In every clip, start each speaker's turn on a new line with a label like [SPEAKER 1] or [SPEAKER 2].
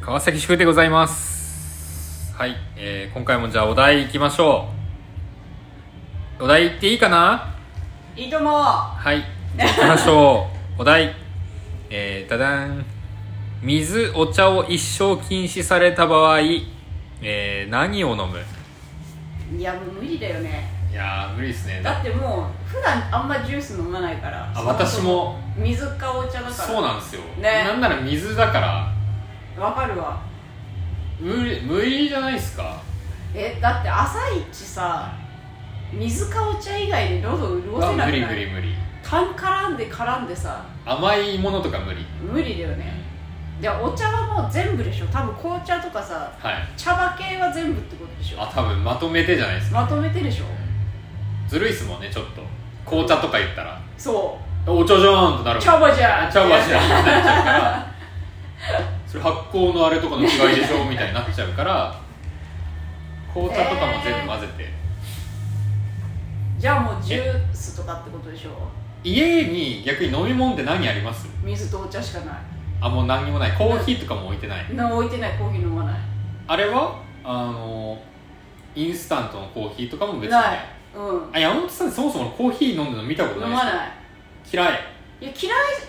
[SPEAKER 1] 川崎宿でございますはい、えー今回もじゃあお題いきましょうお題いっていいかない
[SPEAKER 2] いとも
[SPEAKER 1] はいじゃあいきましょ うお題えー、ダダン水お茶を一生禁止された場合、えー、何を飲む
[SPEAKER 2] いやもう無理だよね
[SPEAKER 1] いやー無理ですね
[SPEAKER 2] だってもう普段あんまジュース飲まないから
[SPEAKER 1] あ私も
[SPEAKER 2] 水かお茶だから
[SPEAKER 1] そうなんですよ、
[SPEAKER 2] ね
[SPEAKER 1] なんなら水だから
[SPEAKER 2] わかるわ
[SPEAKER 1] 無理無理じゃないですか
[SPEAKER 2] えだって朝一さ水かお茶以外で喉潤
[SPEAKER 1] あ
[SPEAKER 2] せな
[SPEAKER 1] 無
[SPEAKER 2] く
[SPEAKER 1] 理
[SPEAKER 2] な
[SPEAKER 1] 無理
[SPEAKER 2] い
[SPEAKER 1] 無理
[SPEAKER 2] 缶絡んで絡んでさ
[SPEAKER 1] 甘いものとか無理
[SPEAKER 2] 無理だよねでお茶はもう全部でしょ多分紅茶とかさ
[SPEAKER 1] はい
[SPEAKER 2] 茶葉系は全部ってことでしょ
[SPEAKER 1] あ多分まとめてじゃないですか
[SPEAKER 2] まとめてでしょ
[SPEAKER 1] ずるいっすもんねちょっと紅茶とか言ったら
[SPEAKER 2] そ
[SPEAKER 1] お茶じゃんとなる
[SPEAKER 2] う
[SPEAKER 1] もん
[SPEAKER 2] 茶葉じゃん
[SPEAKER 1] 茶葉じゃんってなっちゃうからそれ発酵のあれとかの違いでしょみたいになっちゃうから紅茶とかも全部混ぜて、
[SPEAKER 2] じゃあもうジュースとかってことでしょ
[SPEAKER 1] 家に逆に飲み物って何あります
[SPEAKER 2] 水とお茶しかない
[SPEAKER 1] あもう何にもないコーヒーとかも置いてない
[SPEAKER 2] な置いてないコーヒー飲まない
[SPEAKER 1] あれはあのインスタントのコーヒーとかも別に
[SPEAKER 2] な
[SPEAKER 1] ない
[SPEAKER 2] いうん
[SPEAKER 1] あ山本さんそもそもコーヒー飲んでるの見たことない
[SPEAKER 2] 飲
[SPEAKER 1] です
[SPEAKER 2] まない
[SPEAKER 1] 嫌い、
[SPEAKER 2] いや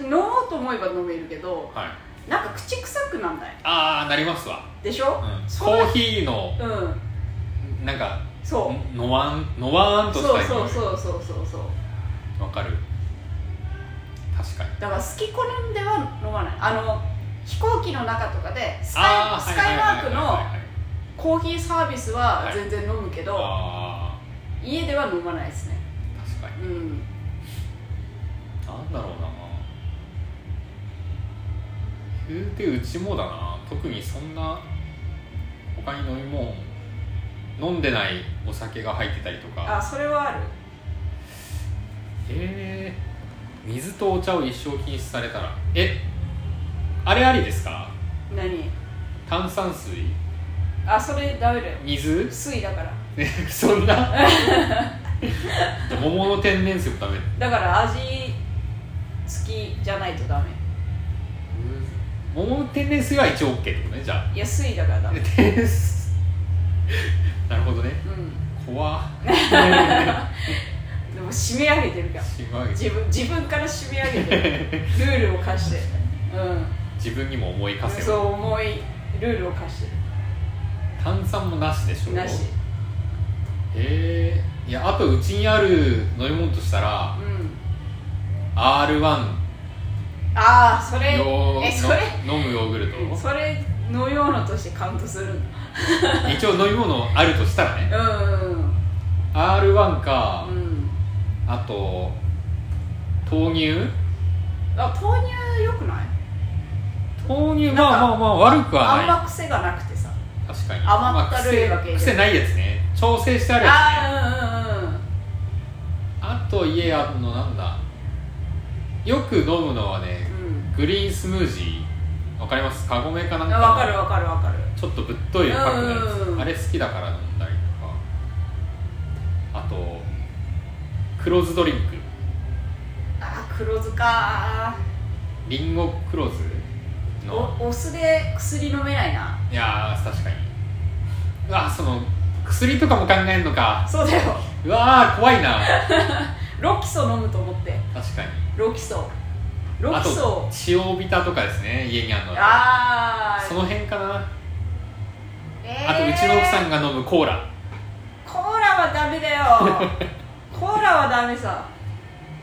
[SPEAKER 2] 嫌い飲もうと思えば飲めるけど
[SPEAKER 1] はい、
[SPEAKER 2] なんか口臭くなんない
[SPEAKER 1] ああなりますわ、
[SPEAKER 2] でし
[SPEAKER 1] う
[SPEAKER 2] ょ、
[SPEAKER 1] ん、
[SPEAKER 2] そ
[SPEAKER 1] コ
[SPEAKER 2] う
[SPEAKER 1] ーヒーの
[SPEAKER 2] うん
[SPEAKER 1] なんか
[SPEAKER 2] そ
[SPEAKER 1] のわんのわーん
[SPEAKER 2] う
[SPEAKER 1] と
[SPEAKER 2] そう
[SPEAKER 1] した
[SPEAKER 2] そう
[SPEAKER 1] 匂
[SPEAKER 2] そうそうそうそう
[SPEAKER 1] いわかる確かに
[SPEAKER 2] だから好き好んでは飲まないあの飛行機の中とかでスカ
[SPEAKER 1] あ
[SPEAKER 2] イ
[SPEAKER 1] ー
[SPEAKER 2] スカイマーク
[SPEAKER 1] はいはい
[SPEAKER 2] の
[SPEAKER 1] はいはいはい
[SPEAKER 2] コーヒーサービスは
[SPEAKER 1] はい
[SPEAKER 2] 全然飲むけど、
[SPEAKER 1] あ
[SPEAKER 2] 家では飲まないですね
[SPEAKER 1] ー確かに
[SPEAKER 2] うん
[SPEAKER 1] なんだろうな言うてうちもだな特にそんな他に飲み物飲んでないお酒が入ってたりとか
[SPEAKER 2] あそれはある
[SPEAKER 1] えー、水とお茶を一生禁止されたらえあれありですか
[SPEAKER 2] 何
[SPEAKER 1] 炭酸水
[SPEAKER 2] あそれダメだよ
[SPEAKER 1] 水
[SPEAKER 2] 水だから
[SPEAKER 1] ね そんな 桃の天然水もダメ
[SPEAKER 2] だから味付きじゃないとダメ
[SPEAKER 1] 桃の天然水は一応 OK ってことねじゃ
[SPEAKER 2] いや水だからダ
[SPEAKER 1] あ
[SPEAKER 2] メ
[SPEAKER 1] 天然水なるほどね
[SPEAKER 2] うん
[SPEAKER 1] 怖っ
[SPEAKER 2] でも締め上げてるから
[SPEAKER 1] すごい
[SPEAKER 2] 自分自分から締め上げて るルールを課してうん
[SPEAKER 1] 自分にも思いかせ
[SPEAKER 2] そう
[SPEAKER 1] よ
[SPEAKER 2] 思いルールを課して
[SPEAKER 1] 炭酸もなしでしょ
[SPEAKER 2] るなし
[SPEAKER 1] へえいやあとうちにある飲み物としたら
[SPEAKER 2] うん
[SPEAKER 1] R1
[SPEAKER 2] ああそれ
[SPEAKER 1] 用
[SPEAKER 2] えそれ
[SPEAKER 1] の飲むヨーグルト
[SPEAKER 2] それのようなとしてカウントするんだ
[SPEAKER 1] 一応飲み物あるとしたらね
[SPEAKER 2] うん
[SPEAKER 1] R1 か
[SPEAKER 2] う、んうん
[SPEAKER 1] あと豆乳
[SPEAKER 2] あ豆乳よくない
[SPEAKER 1] 豆乳
[SPEAKER 2] なんか
[SPEAKER 1] まあまあまあ悪くは
[SPEAKER 2] あん
[SPEAKER 1] ない
[SPEAKER 2] ま癖がなくてさ
[SPEAKER 1] 確かに
[SPEAKER 2] 甘ったるい
[SPEAKER 1] まあ
[SPEAKER 2] わけ
[SPEAKER 1] 癖癖ないやつね調整してあるやつね
[SPEAKER 2] ああ
[SPEAKER 1] あと家あるのなんだよく飲むのは
[SPEAKER 2] ーう
[SPEAKER 1] ね
[SPEAKER 2] んうんうん
[SPEAKER 1] グリーンスムージーわかりますカゴメかな
[SPEAKER 2] うんん
[SPEAKER 1] か
[SPEAKER 2] あ
[SPEAKER 1] の
[SPEAKER 2] わかるわかるわかる
[SPEAKER 1] ちょっとぶっといパックのやつ、
[SPEAKER 2] うんうんうん
[SPEAKER 1] あれ好きだから飲んだりとかあとクローズドリンク
[SPEAKER 2] あー黒酢か
[SPEAKER 1] リンゴクローズの
[SPEAKER 2] おお酢で薬飲めないない
[SPEAKER 1] やー確かにうわーその薬とかも考えんのか
[SPEAKER 2] そうだよ
[SPEAKER 1] うわー怖いな
[SPEAKER 2] ロキソ飲むと思って
[SPEAKER 1] 確かに
[SPEAKER 2] ロキソロ
[SPEAKER 1] あ
[SPEAKER 2] キ
[SPEAKER 1] と
[SPEAKER 2] ソ
[SPEAKER 1] 塩ビタとかですね家にあるのは
[SPEAKER 2] あー
[SPEAKER 1] その辺かな
[SPEAKER 2] えー
[SPEAKER 1] あとうちの奥さんが飲むコーラ
[SPEAKER 2] コーラはダメだよ コーラはダメさ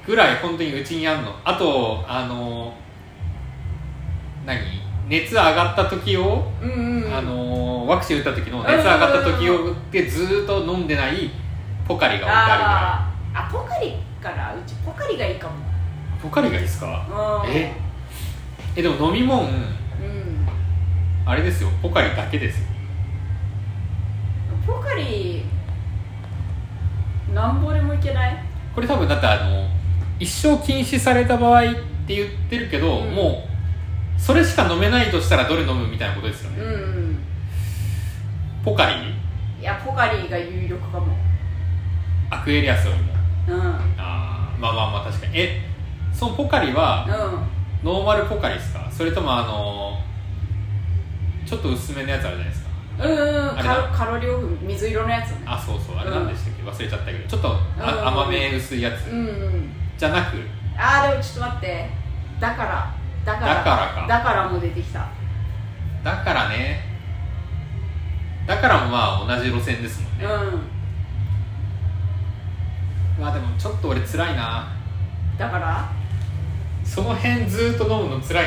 [SPEAKER 1] ぐらい本当にうちにあんのあとあの何熱上がった時を、
[SPEAKER 2] うんうんうん
[SPEAKER 1] あのワクチン打った時の熱上がった時を打ってずーっと飲んでないポカリが置いてあ
[SPEAKER 2] あーあポカリからうちポカリがいいかも
[SPEAKER 1] るぐらいポカリがいいですか
[SPEAKER 2] うん
[SPEAKER 1] ええでも飲み物
[SPEAKER 2] うん
[SPEAKER 1] あれですよポカリだけですよ
[SPEAKER 2] ポカリなんぼでもいけない
[SPEAKER 1] これ多分だってあの一生禁止された場合って言ってるけど、
[SPEAKER 2] うん
[SPEAKER 1] もうそれしか飲めないとしたらどれ飲むみたいなことですよ
[SPEAKER 2] う
[SPEAKER 1] ね、
[SPEAKER 2] んうん
[SPEAKER 1] ポカリ
[SPEAKER 2] いやポカリが有力かも
[SPEAKER 1] アクエリアスよりも
[SPEAKER 2] うんうん
[SPEAKER 1] あーまあまあまあ確かにえそのポカリはノーマルポカリですかそれともあのーちょっと薄めのやつあるじゃないですか
[SPEAKER 2] うんうん
[SPEAKER 1] あれ
[SPEAKER 2] カ
[SPEAKER 1] だ
[SPEAKER 2] ロカロリーオフ水色のやつね
[SPEAKER 1] あそうそうあれ何でしたっけ、忘れちゃったけどちょっとあ、
[SPEAKER 2] うん
[SPEAKER 1] 甘め薄いやつ、
[SPEAKER 2] うんうん
[SPEAKER 1] じゃなく
[SPEAKER 2] あーでもちょっと待ってだからだから
[SPEAKER 1] だからか
[SPEAKER 2] だからも出てきた
[SPEAKER 1] だからねだからまあ同じ路線ですもん
[SPEAKER 2] う
[SPEAKER 1] ね、
[SPEAKER 2] ん
[SPEAKER 1] まあでもちょっと俺辛いな
[SPEAKER 2] だから
[SPEAKER 1] その辺ずっと飲むの辛い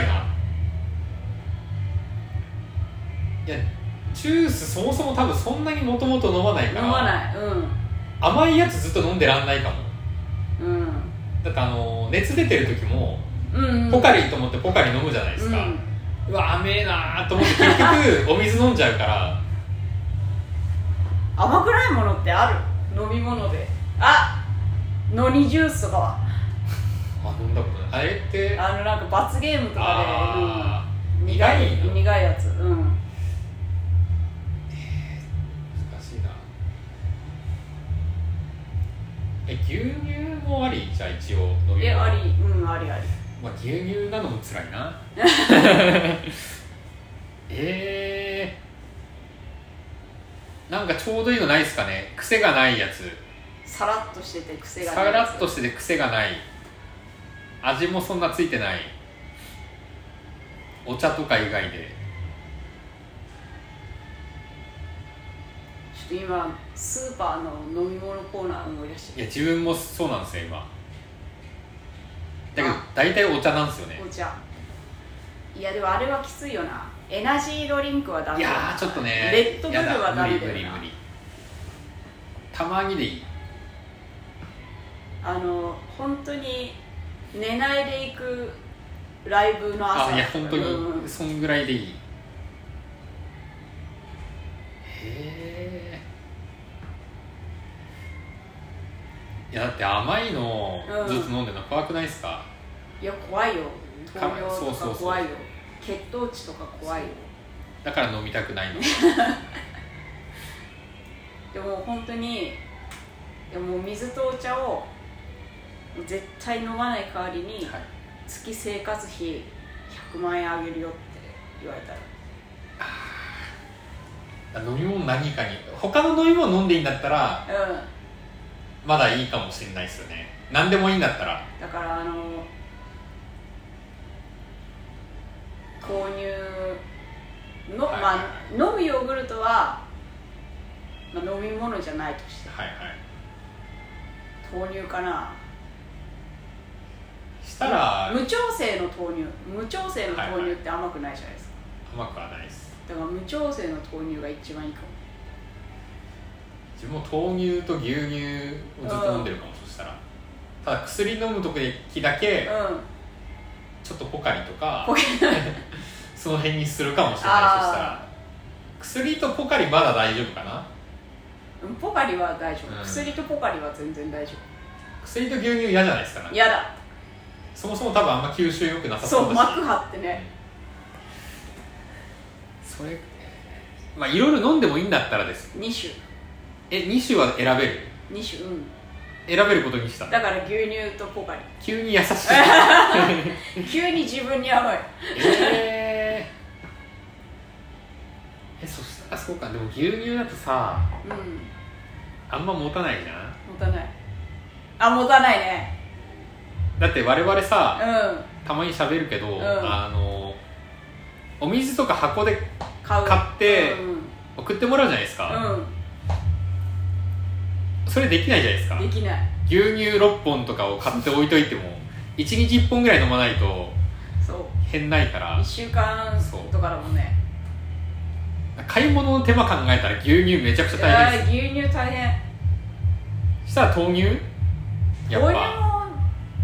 [SPEAKER 1] ないやジュースそもそも多分そんなにもともと飲まない
[SPEAKER 2] 飲
[SPEAKER 1] から
[SPEAKER 2] まないうん
[SPEAKER 1] 甘いやつずっと飲んでらんないかも
[SPEAKER 2] うん
[SPEAKER 1] だってあの熱出てる時も
[SPEAKER 2] うんうん
[SPEAKER 1] ポカリと思ってポカリ飲むじゃないですか、
[SPEAKER 2] うん
[SPEAKER 1] うわ甘えなーと思って結 局お水飲んじゃうから
[SPEAKER 2] 甘くないものってある飲み物であのにジュースとかは
[SPEAKER 1] あ飲んだことないあれって
[SPEAKER 2] あのなんか罰ゲームとか
[SPEAKER 1] あ
[SPEAKER 2] で、うん、
[SPEAKER 1] ー苦いの
[SPEAKER 2] 苦いやつうん
[SPEAKER 1] 難しいなえ牛乳もありじゃあ一応飲み
[SPEAKER 2] え
[SPEAKER 1] 物
[SPEAKER 2] ありうんありあり
[SPEAKER 1] まあ、牛乳なのも辛い なえー、なんかちょうどいいのないですかね癖がないやつ
[SPEAKER 2] さらっとしてて癖が
[SPEAKER 1] さ
[SPEAKER 2] ないや
[SPEAKER 1] ら
[SPEAKER 2] つ
[SPEAKER 1] っとしてて癖がない味もそんなついてないお茶とか以外で
[SPEAKER 2] ちょっと今スーパーの飲み物コーナー思い出し
[SPEAKER 1] い
[SPEAKER 2] て
[SPEAKER 1] や自分もそうなんですよ今だけど
[SPEAKER 2] あ
[SPEAKER 1] 大体お茶なんですよね
[SPEAKER 2] お茶いやでもあれはきついよなエナジードリンクはダメ
[SPEAKER 1] い
[SPEAKER 2] だ
[SPEAKER 1] や
[SPEAKER 2] な
[SPEAKER 1] ーちょっとね
[SPEAKER 2] レッドブル
[SPEAKER 1] やだ
[SPEAKER 2] はダメだ
[SPEAKER 1] 無
[SPEAKER 2] よ
[SPEAKER 1] 理無理
[SPEAKER 2] な
[SPEAKER 1] 無理たまにでいい
[SPEAKER 2] あの本当に寝ないで行くライブの朝
[SPEAKER 1] あいや本当に、
[SPEAKER 2] うん
[SPEAKER 1] そんぐらいでいいへえいやだって甘いの
[SPEAKER 2] うん
[SPEAKER 1] ずっと飲んでるの怖くないですか、
[SPEAKER 2] いや怖いよ糖
[SPEAKER 1] か
[SPEAKER 2] 尿
[SPEAKER 1] そう
[SPEAKER 2] と
[SPEAKER 1] そう
[SPEAKER 2] か
[SPEAKER 1] そう
[SPEAKER 2] 怖いよ血糖値とか怖いよ
[SPEAKER 1] だから飲みたくない の
[SPEAKER 2] でも本当にでも水とお茶を絶対飲まない代わりに
[SPEAKER 1] はい
[SPEAKER 2] 月生活費100万円あげるよって言われたら
[SPEAKER 1] あ飲み物何かに他の飲み物飲んでいいんだったら
[SPEAKER 2] うん
[SPEAKER 1] まだいいかもしれないですよね何でもいいんだったら
[SPEAKER 2] だからあの購入の、
[SPEAKER 1] はい
[SPEAKER 2] まあ飲むヨーグルトは、まあ、飲み物じゃないとして
[SPEAKER 1] はいはい
[SPEAKER 2] 豆乳かな
[SPEAKER 1] したら
[SPEAKER 2] 無調整の豆乳無調整の豆乳って甘くないじゃないですか、
[SPEAKER 1] 甘くはないです
[SPEAKER 2] だから無調整の豆乳が一番いいかも
[SPEAKER 1] 自分も豆乳と牛乳をずっと飲んでるかもそしたらただ薬飲む時だけ
[SPEAKER 2] うん
[SPEAKER 1] ちょっとポカリとか
[SPEAKER 2] ポケ
[SPEAKER 1] その辺にするかもしれないそしたら
[SPEAKER 2] あ
[SPEAKER 1] 薬とポカリまだ大丈夫かな
[SPEAKER 2] うんポカリは大丈夫、
[SPEAKER 1] うん
[SPEAKER 2] 薬とポカリは全然大丈
[SPEAKER 1] 薬と牛乳嫌じゃないですか
[SPEAKER 2] 夫
[SPEAKER 1] ね
[SPEAKER 2] 嫌だ
[SPEAKER 1] そもそも多分あんま吸収良くなさ
[SPEAKER 2] そ
[SPEAKER 1] そううだし
[SPEAKER 2] 膜張ってね
[SPEAKER 1] それまあいろいろ飲んでもいいんだったらです
[SPEAKER 2] 2種
[SPEAKER 1] え2種は選べる
[SPEAKER 2] 2種うん
[SPEAKER 1] 選べることにした
[SPEAKER 2] だから牛乳とポカリ
[SPEAKER 1] 急に優 しい
[SPEAKER 2] 急に自分に甘い
[SPEAKER 1] えーえそしたらそうかでも牛乳だとさ
[SPEAKER 2] うん
[SPEAKER 1] あんま持たないじゃん
[SPEAKER 2] 持たないあ持たないね
[SPEAKER 1] だって我々
[SPEAKER 2] う
[SPEAKER 1] さ
[SPEAKER 2] ん
[SPEAKER 1] たまに喋るけど、
[SPEAKER 2] ん
[SPEAKER 1] あのお水とか箱で
[SPEAKER 2] 買う
[SPEAKER 1] 買って
[SPEAKER 2] うん、
[SPEAKER 1] 送ってもらうじゃないですか、それできないじゃないですか
[SPEAKER 2] うん、できない
[SPEAKER 1] 牛乳6本とかを買って置いといても1日1本ぐらい飲まないと
[SPEAKER 2] そう
[SPEAKER 1] 変ないから
[SPEAKER 2] 1週間
[SPEAKER 1] そう
[SPEAKER 2] とかだもんね
[SPEAKER 1] 買い物の手間考えたら牛乳めちゃくちゃ大変で
[SPEAKER 2] いやー牛乳大変
[SPEAKER 1] すしたら豆乳やっ
[SPEAKER 2] 豆乳も
[SPEAKER 1] ぱ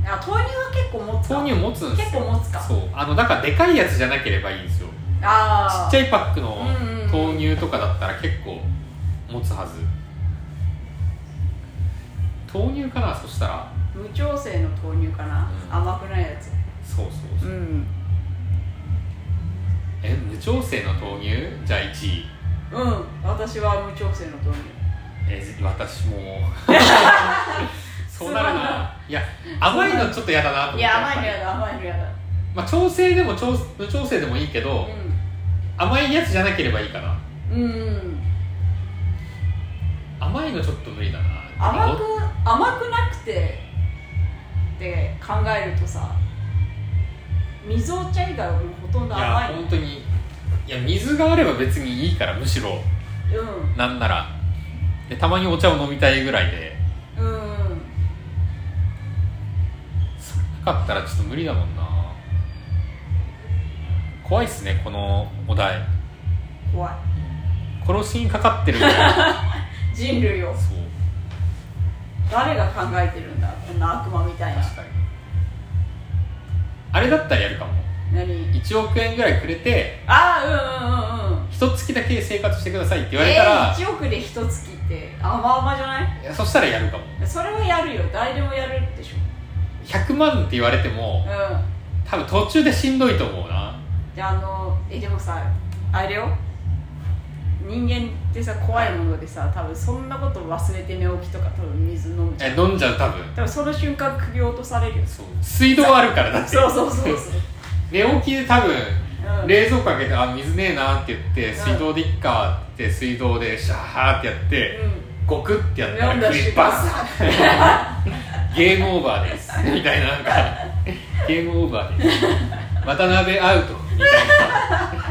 [SPEAKER 2] あ豆乳は結構持つか
[SPEAKER 1] 豆乳持つんです
[SPEAKER 2] 結
[SPEAKER 1] よ
[SPEAKER 2] 構持つか
[SPEAKER 1] そうあのだからでかいやつじゃなければいいんですよち
[SPEAKER 2] ああ
[SPEAKER 1] っちゃいパックの
[SPEAKER 2] うんうん
[SPEAKER 1] 豆乳とかだったら結構持つはず豆乳かなそしたら
[SPEAKER 2] 無調整の豆乳かな、
[SPEAKER 1] うん
[SPEAKER 2] 甘くないやつ
[SPEAKER 1] そうそうそう、
[SPEAKER 2] ん
[SPEAKER 1] え無調整の豆乳じゃあ1位
[SPEAKER 2] うん私は無調整の豆乳
[SPEAKER 1] え私もそうなるないや甘いのちょっと嫌だなと思って
[SPEAKER 2] いや甘いのやだ甘いのやだ
[SPEAKER 1] まあ、調整でも調無調整でもいいけど、
[SPEAKER 2] うん
[SPEAKER 1] 甘いやつじゃなければいいかな
[SPEAKER 2] うん
[SPEAKER 1] 甘いのちょっと無理だな
[SPEAKER 2] 甘く甘くなくてって考えるとさ水お茶以外はもうほとん
[SPEAKER 1] い
[SPEAKER 2] ど
[SPEAKER 1] や
[SPEAKER 2] 甘い
[SPEAKER 1] 本当にいや水があれば別にいいからむしろ
[SPEAKER 2] うん
[SPEAKER 1] なんならでたまにお茶を飲みたいぐらいで
[SPEAKER 2] うん
[SPEAKER 1] それなかったらちょっと無理だもんな怖いっすねこのお題
[SPEAKER 2] 怖い
[SPEAKER 1] 殺しにかかってるぐらい
[SPEAKER 2] 人類を
[SPEAKER 1] そう
[SPEAKER 2] 誰が考えてるんだこんな悪魔みたいな
[SPEAKER 1] 確かにあれだったらやるかも
[SPEAKER 2] 何
[SPEAKER 1] 1億円ぐらいくれて
[SPEAKER 2] ああうんうんうんうん
[SPEAKER 1] 一月だけ生活してくださいって言われたら、
[SPEAKER 2] えー、1億で一月って甘々じゃない
[SPEAKER 1] いやそしたらやるかも
[SPEAKER 2] それはやるよ誰でもやるでしょ
[SPEAKER 1] 100万って言われても
[SPEAKER 2] うん
[SPEAKER 1] 多分途中でしんどいと思うな
[SPEAKER 2] であのえでもさあれよ人間ってさ怖いものでさ多分そんなこと忘れて寝起きとか多分水飲むじゃ
[SPEAKER 1] え
[SPEAKER 2] ん
[SPEAKER 1] 飲んじゃう多分
[SPEAKER 2] 多分その瞬間首落とされるよ
[SPEAKER 1] そう水道あるからだって
[SPEAKER 2] そうそうそうそう、
[SPEAKER 1] 寝起きで多分
[SPEAKER 2] うん、
[SPEAKER 1] 冷蔵庫開けて「あ水ねえな」って言って
[SPEAKER 2] ん
[SPEAKER 1] 水道でいっかって水道でシャーってやって
[SPEAKER 2] う
[SPEAKER 1] ゴクってやった
[SPEAKER 2] 飲んだ
[SPEAKER 1] らクリ
[SPEAKER 2] 瞬
[SPEAKER 1] ッ
[SPEAKER 2] 間
[SPEAKER 1] バスゲームオーバーですみたいななんかゲームオーバーです渡辺アウトみたい
[SPEAKER 2] ん、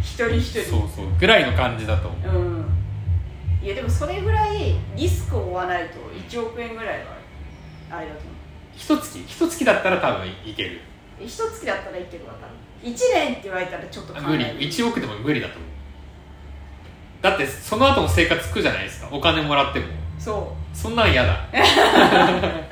[SPEAKER 2] 一人一
[SPEAKER 1] な
[SPEAKER 2] 人
[SPEAKER 1] そうそうぐらいの感じだと思う
[SPEAKER 2] うんいやでもそれぐらいリスクを負わないと1億円ぐらいはあれだと思う
[SPEAKER 1] 一月一月だったら多分いける
[SPEAKER 2] 一月だったらいいけどわかる1年って言われたらちょっと考え
[SPEAKER 1] 無理1億でも無理だと思うだってその後も生活つくじゃないですかお金もらっても
[SPEAKER 2] そ
[SPEAKER 1] そんなん嫌だ
[SPEAKER 2] う